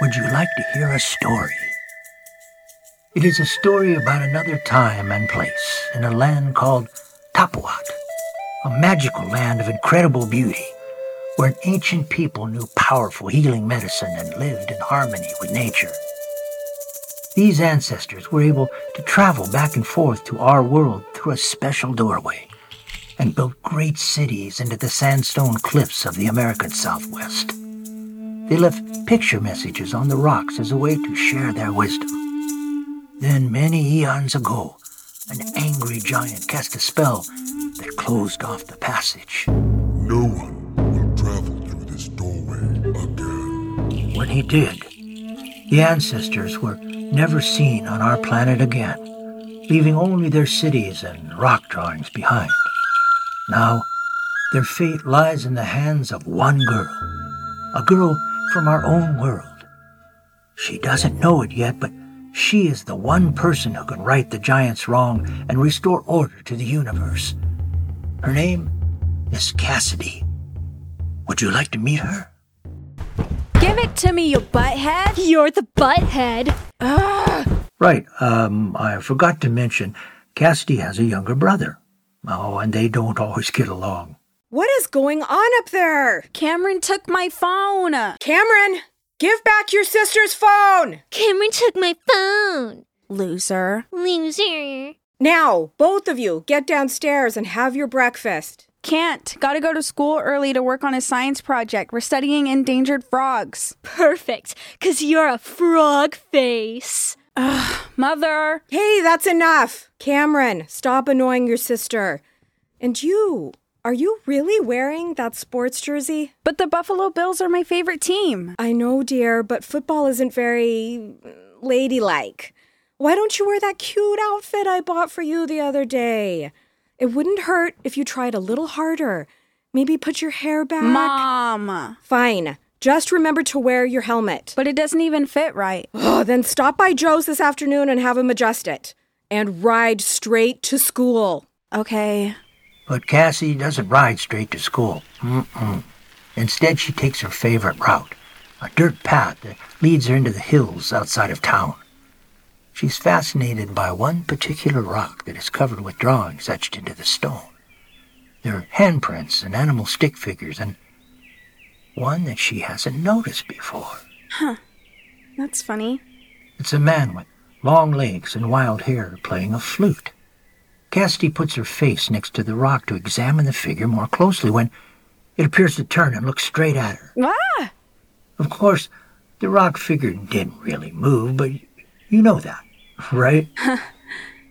Would you like to hear a story? It is a story about another time and place in a land called Tapawat, a magical land of incredible beauty where an ancient people knew powerful healing medicine and lived in harmony with nature. These ancestors were able to travel back and forth to our world through a special doorway and built great cities into the sandstone cliffs of the American Southwest. They left picture messages on the rocks as a way to share their wisdom. Then, many eons ago, an angry giant cast a spell that closed off the passage. No one will travel through this doorway again. When he did, the ancestors were never seen on our planet again, leaving only their cities and rock drawings behind. Now, their fate lies in the hands of one girl, a girl from our own world. She doesn't know it yet, but she is the one person who can right the giant's wrong and restore order to the universe. Her name is Cassidy. Would you like to meet her? Give it to me, you butthead! You're the butthead. Right, um, I forgot to mention Cassidy has a younger brother. Oh, and they don't always get along. What is going on up there? Cameron took my phone. Cameron, give back your sister's phone! Cameron took my phone. Loser. Loser. Now, both of you, get downstairs and have your breakfast. Can't. Gotta go to school early to work on a science project. We're studying endangered frogs. Perfect, because you're a frog face. Mother! Hey, that's enough! Cameron, stop annoying your sister. And you, are you really wearing that sports jersey? But the Buffalo Bills are my favorite team. I know, dear, but football isn't very ladylike. Why don't you wear that cute outfit I bought for you the other day? It wouldn't hurt if you tried a little harder. Maybe put your hair back. Mom! Fine. Just remember to wear your helmet. But it doesn't even fit right. Oh, then stop by Joe's this afternoon and have him adjust it. And ride straight to school. Okay. But Cassie doesn't ride straight to school. Mm-mm. Instead, she takes her favorite route, a dirt path that leads her into the hills outside of town. She's fascinated by one particular rock that is covered with drawings etched into the stone. There are handprints and animal stick figures, and one that she hasn't noticed before. That's funny. It's a man with long legs and wild hair playing a flute. Cassidy puts her face next to the rock to examine the figure more closely when it appears to turn and look straight at her. Ah! Of course, the rock figure didn't really move, but you know that, right?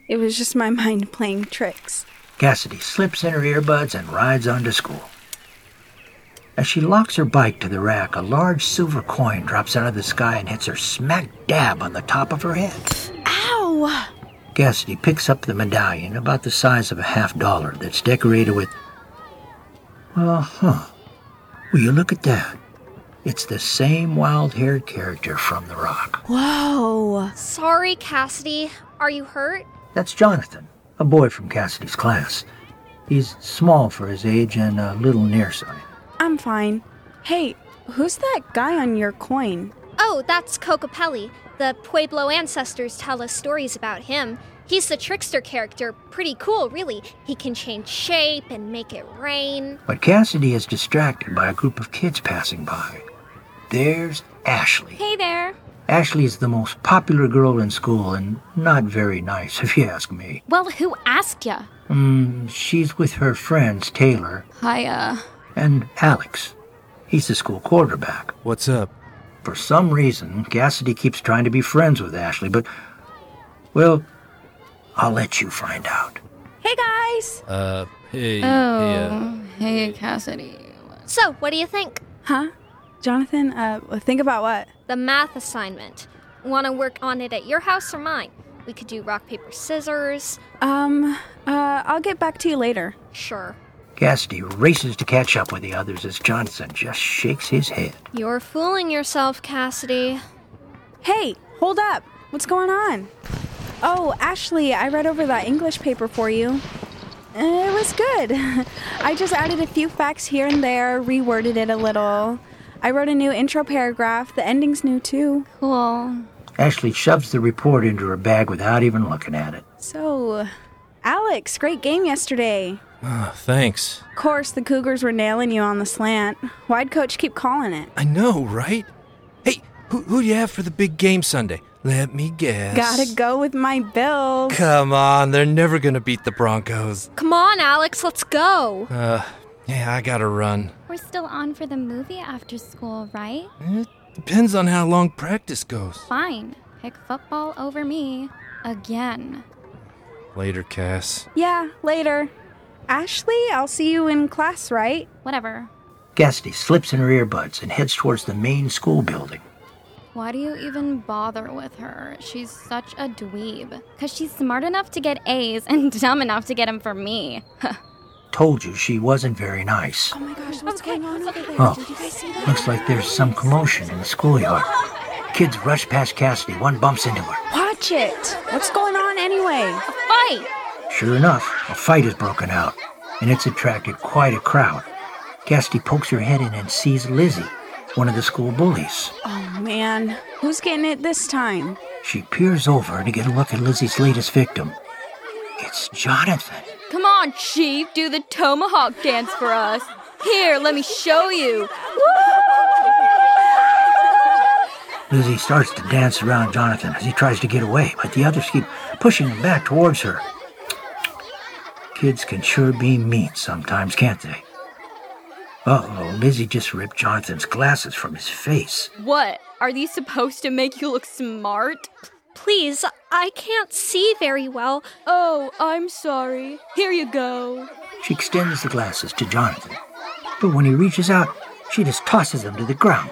It was just my mind playing tricks. Cassidy slips in her earbuds and rides on to school. As she locks her bike to the rack, a large silver coin drops out of the sky and hits her smack dab on the top of her head. Ow! Cassidy picks up the medallion about the size of a half dollar that's decorated with. Uh huh. Will you look at that? It's the same wild haired character from The Rock. Whoa! Sorry, Cassidy. Are you hurt? That's Jonathan, a boy from Cassidy's class. He's small for his age and a little nearsighted. I'm fine. Hey, who's that guy on your coin? Oh, that's Cocopelli. The Pueblo ancestors tell us stories about him. He's the trickster character. Pretty cool, really. He can change shape and make it rain. But Cassidy is distracted by a group of kids passing by. There's Ashley. Hey there. Ashley is the most popular girl in school and not very nice, if you ask me. Well, who asked ya? Mm, she's with her friends Taylor Hi, uh. and Alex. He's the school quarterback. What's up? For some reason, Cassidy keeps trying to be friends with Ashley, but, well, I'll let you find out. Hey guys! Uh, hey, hey, uh, Oh, hey, Cassidy. So, what do you think? Huh? Jonathan, uh, think about what? The math assignment. Want to work on it at your house or mine? We could do rock, paper, scissors. Um, uh, I'll get back to you later. Sure. Cassidy races to catch up with the others as Jonathan just shakes his head. You're fooling yourself, Cassidy. Hey, hold up! What's going on? Oh, Ashley, I read over that English paper for you. Uh, It was good. I just added a few facts here and there, reworded it a little. I wrote a new intro paragraph. The ending's new too. Cool. Ashley shoves the report into her bag without even looking at it. So, Alex, great game yesterday. Ah, thanks. Of course, the Cougars were nailing you on the slant. Why'd coach keep calling it? I know, right? Hey, who who do you have for the big game Sunday? Let me guess. Gotta go with my Bills. Come on, they're never gonna beat the Broncos. Come on, Alex, let's go. Uh, yeah, I gotta run. We're still on for the movie after school, right? It depends on how long practice goes. Fine. Pick football over me. Again. Later, Cass. Yeah, later. Ashley, I'll see you in class, right? Whatever. Gasty slips in her earbuds and heads towards the main school building. Why do you even bother with her? She's such a dweeb. Because she's smart enough to get A's and dumb enough to get 'em for me. Told you she wasn't very nice. Oh my gosh, what's going on over there? Oh, looks like there's some commotion in the schoolyard. Kids rush past Cassidy. One bumps into her. Watch it. What's going on anyway? Fight! Sure enough, a fight has broken out, and it's attracted quite a crowd. Cassidy pokes her head in and sees Lizzie, one of the school bullies. Oh man, who's getting it this time? She peers over to get a look at Lizzie's latest victim. It's Jonathan. Come on, Chief, do the tomahawk dance for us. Here, let me show you. Lizzie starts to dance around Jonathan as he tries to get away, but the others keep pushing him back towards her. Kids can sure be mean sometimes, can't they? Uh oh, Lizzie just ripped Jonathan's glasses from his face. What? Are these supposed to make you look smart? Please, I can't see very well. Oh, I'm sorry. Here you go. She extends the glasses to Jonathan, but when he reaches out, she just tosses them to the ground.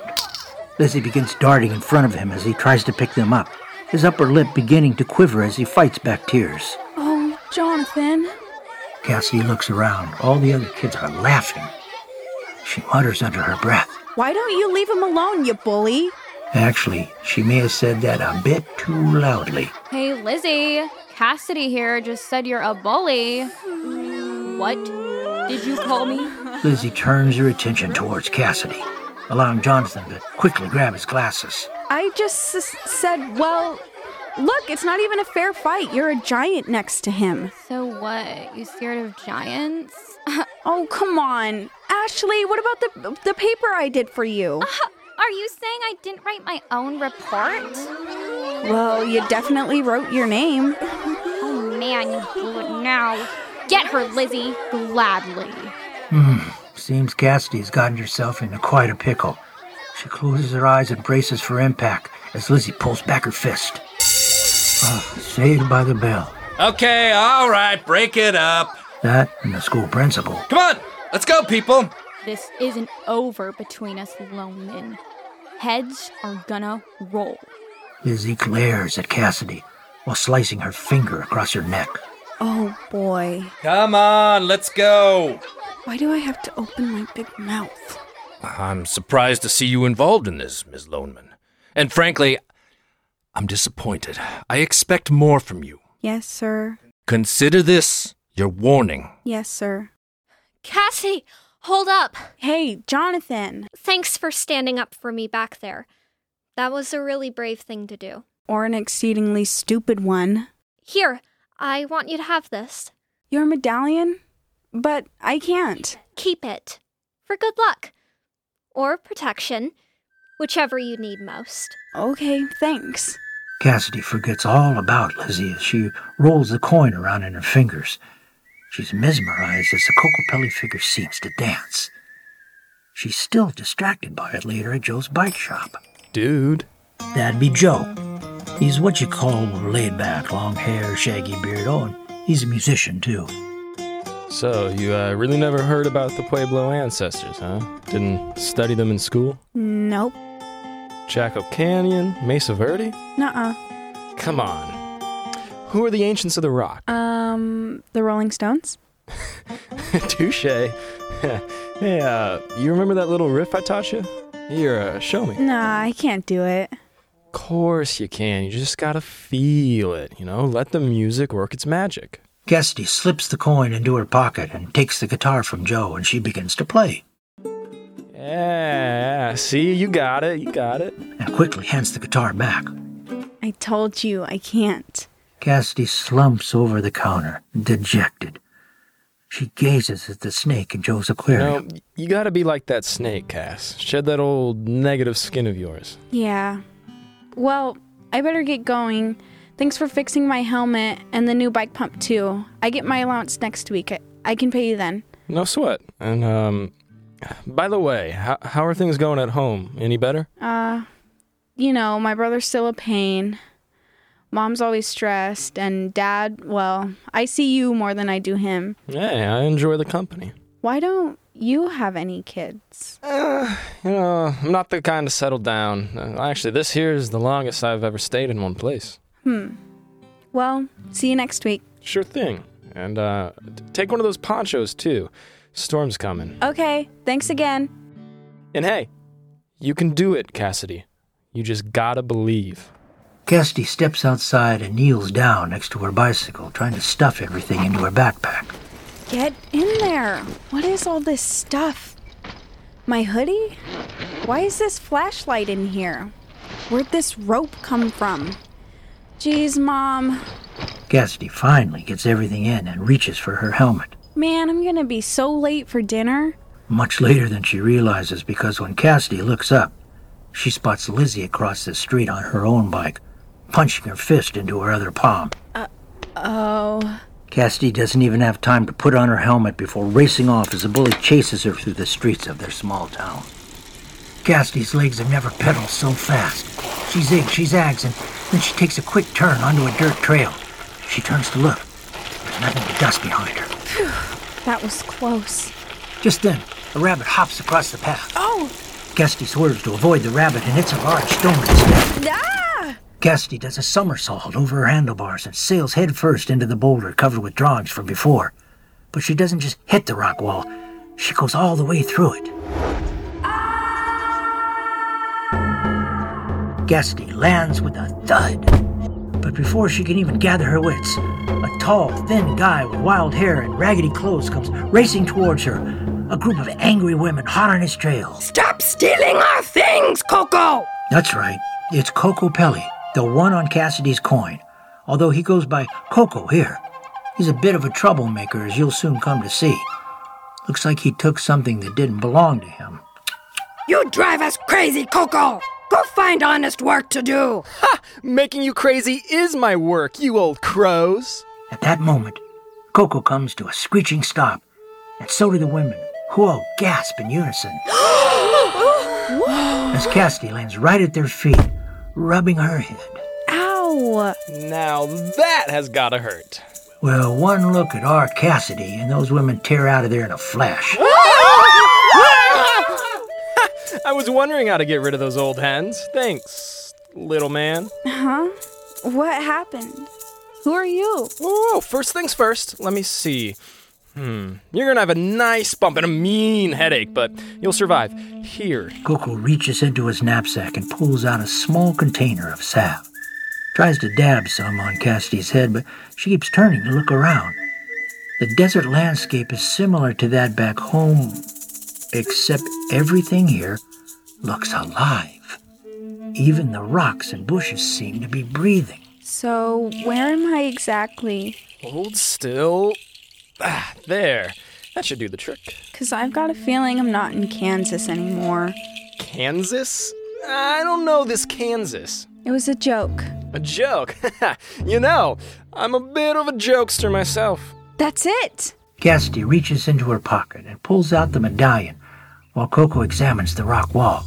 Lizzie begins darting in front of him as he tries to pick them up, his upper lip beginning to quiver as he fights back tears. Oh, Jonathan. Cassie looks around. All the other kids are laughing. She mutters under her breath. Why don't you leave him alone, you bully? Actually, she may have said that a bit too loudly. Hey, Lizzie. Cassidy here just said you're a bully. What? Did you call me? Lizzie turns her attention towards Cassidy, allowing Jonathan to quickly grab his glasses. I just s- said, well, look, it's not even a fair fight. You're a giant next to him. So what? You scared of giants? Oh, come on. Ashley, what about the the paper I did for you? Are you saying I didn't write my own report? Well, you definitely wrote your name. Oh man, you blew it now. Get her, Lizzie. Gladly. Seems Cassidy's gotten herself into quite a pickle. She closes her eyes and braces for impact as Lizzie pulls back her fist. Ah, saved by the bell. Okay, all right, break it up. That and the school principal. Come on, let's go, people. This isn't over between us lone men. Heads are gonna roll. Lizzie glares at Cassidy while slicing her finger across her neck. Oh boy. Come on, let's go. Why do I have to open my big mouth? I'm surprised to see you involved in this, Ms. Loneman. And frankly, I'm disappointed. I expect more from you. Yes, sir. Consider this your warning. Yes, sir. Cassie, hold up. Hey, Jonathan. Thanks for standing up for me back there. That was a really brave thing to do. Or an exceedingly stupid one. Here, I want you to have this. Your medallion? But I can't. Keep it. For good luck. Or protection. Whichever you need most. Okay, thanks. Cassidy forgets all about Lizzie as she rolls the coin around in her fingers. She's mesmerized as the Cocopelli figure seems to dance. She's still distracted by it later at Joe's bike shop. Dude. That'd be Joe. He's what you call laid back, long hair, shaggy beard. Oh, and he's a musician too. So, you uh, really never heard about the Pueblo ancestors, huh? Didn't study them in school? Nope. Chaco Canyon? Mesa Verde? Nuh Come on. Who are the ancients of the rock? uh. Um, the Rolling Stones? Touche. hey, uh, you remember that little riff I taught you? Here, uh, show me. Nah, I can't do it. course you can. You just gotta feel it, you know? Let the music work its magic. Cassidy slips the coin into her pocket and takes the guitar from Joe, and she begins to play. Yeah, see, you got it. You got it. and quickly hands the guitar back. I told you I can't. Cassidy slumps over the counter, dejected. She gazes at the snake in Joe's No, aquarium. you gotta be like that snake, Cass. Shed that old negative skin of yours. Yeah. Well, I better get going. Thanks for fixing my helmet and the new bike pump, too. I get my allowance next week. I, I can pay you then. No sweat. And, um, by the way, how, how are things going at home? Any better? You know, my brother's still a pain. Mom's always stressed, and dad, well, I see you more than I do him. Hey, I enjoy the company. Why don't you have any kids? You know, I'm not the kind to settle down. Uh, Actually, this here is the longest I've ever stayed in one place. Well, see you next week. Sure thing. And, uh, t- take one of those ponchos, too. Storm's coming. Okay, thanks again. And hey, you can do it, Cassidy. You just gotta believe. Cassidy steps outside and kneels down next to her bicycle, trying to stuff everything into her backpack. Get in there. What is all this stuff? My hoodie? Why is this flashlight in here? Where'd this rope come from? Jeez, Mom. Cassidy finally gets everything in and reaches for her helmet, Man, I'm gonna be so late for dinner. much later than she realizes because when Cassidy looks up, she spots Lizzie across the street on her own bike, punching her fist into her other palm. Oh, Cassidy doesn't even have time to put on her helmet before racing off as the bully chases her through the streets of their small town. Cassidy's legs have never pedaled so fast. She zigs, she zags, and then she takes a quick turn onto a dirt trail. She turns to look. There's nothing but dust behind her. that was close. Just then, a rabbit hops across the path. Oh, Cassidy swerves to avoid the rabbit and hits a large stone instead. ah! Cassidy does a somersault over her handlebars and sails headfirst into the boulder covered with drawings from before. But she doesn't just hit the rock wall, she goes all the way through it. Cassidy lands with a thud. But before she can even gather her wits, a tall, thin guy with wild hair and raggedy clothes comes racing towards her, a group of angry women hot on his trail. Stop stealing our things, Coco! That's right. It's Coco Pelli, the one on Cassidy's coin. Although he goes by Coco here. He's a bit of a troublemaker, as you'll soon come to see. Looks like he took something that didn't belong to him. You drive us crazy, Coco! Go find honest work to do! Making you crazy is my work, you old crows. At that moment, Coco comes to a screeching stop, and so do the women, who all gasp in unison. as Cassidy lands right at their feet, rubbing her head. Ow! Now that has gotta hurt. Well, one look at our Cassidy, and those women tear out of there in a flash. I was wondering how to get rid of those old hens. Thanks, little man. Huh? What happened? Who are you? Whoa, first things first, let me see. Hmm, you're gonna have a nice bump and a mean headache, but you'll survive. Here. Coco reaches into his knapsack and pulls out a small container of salve. Tries to dab some on Cassidy's head, but she keeps turning to look around. The desert landscape is similar to that back home, except everything here looks alive. Even the rocks and bushes seem to be breathing. So, where am I exactly? Hold still. Ah, there. That should do the trick. Because I've got a feeling I'm not in Kansas anymore. Kansas? I don't know this Kansas. It was a joke. A joke. you know, I'm a bit of a jokester myself. That's it! Cassidy reaches into her pocket and pulls out the medallion while Coco examines the rock wall.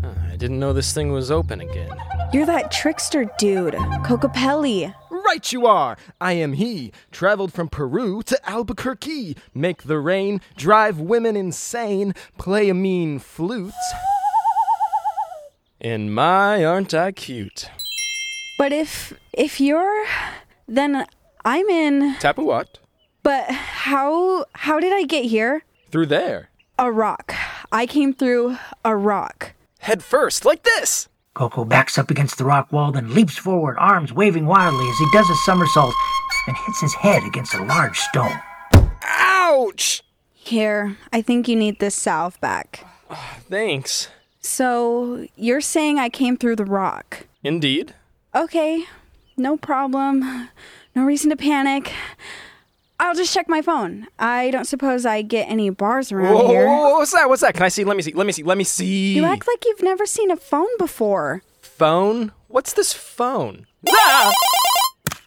Huh, I didn't know this thing was open again. You're that trickster dude, Cocopelli. Right you are! I am he, traveled from Peru to Albuquerque, make the rain, drive women insane, play a mean flute. And my, aren't I cute? But if if you're then I'm in. Tapu what? But how how did I get here? Through there. A rock. I came through a rock. Head first, like this! Coco backs up against the rock wall, then leaps forward, arms waving wildly as he does a somersault and hits his head against a large stone. Ouch! Here, I think you need this salve back. Thanks. So, you're saying I came through the rock? Indeed. Okay, no problem. No reason to panic. I'll just check my phone. I don't suppose I get any bars around Whoa, here. whoa, whoa, what's that? What's that? Can I see? Let me see. Let me see. Let me see. You act like you've never seen a phone before. phone? What's this phone?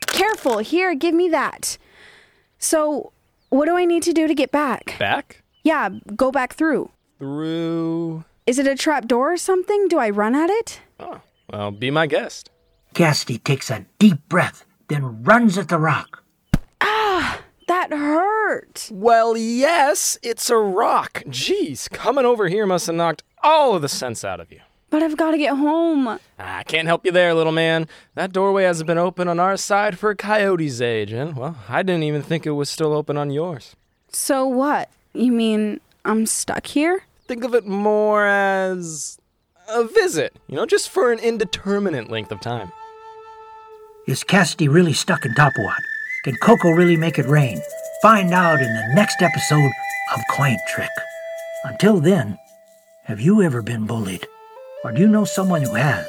Careful, here, give me that. So, what do I need to do to get back? Back? Yeah, go back through. Through. Is it a trap door or something? Do I run at it? Well, be my guest. Cassidy takes a deep breath, then runs at the rock. That hurt. Well, yes, it's a rock. Jeez, coming over here must have knocked all of the sense out of you. Ah, But I've got to get home. I can't help you there, little man. That doorway hasn't been open on our side for a coyote's age, and, well, I didn't even think it was still open on yours. So what? You mean I'm stuck here? Think of it more as a visit, you know, just for an indeterminate length of time. Is Cassidy really stuck in Tapawat? Can Coco really make it rain? Find out in the next episode of Coin Trick. Until then, have you ever been bullied? Or do you know someone who has?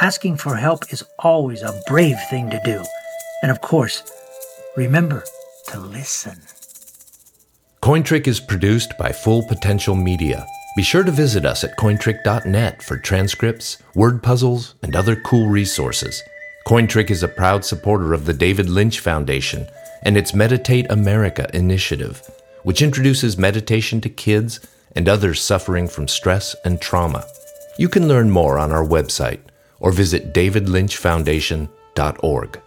Asking for help is always a brave thing to do. And of course, remember to listen. Cointrick is produced by Full Potential Media. Be sure to visit us at cointrick.net for transcripts, word puzzles, and other cool resources. Cointrick is a proud supporter of the David Lynch Foundation and its Meditate America initiative, which introduces meditation to kids and others suffering from stress and trauma. You can learn more on our website or visit davidlynchfoundation.org.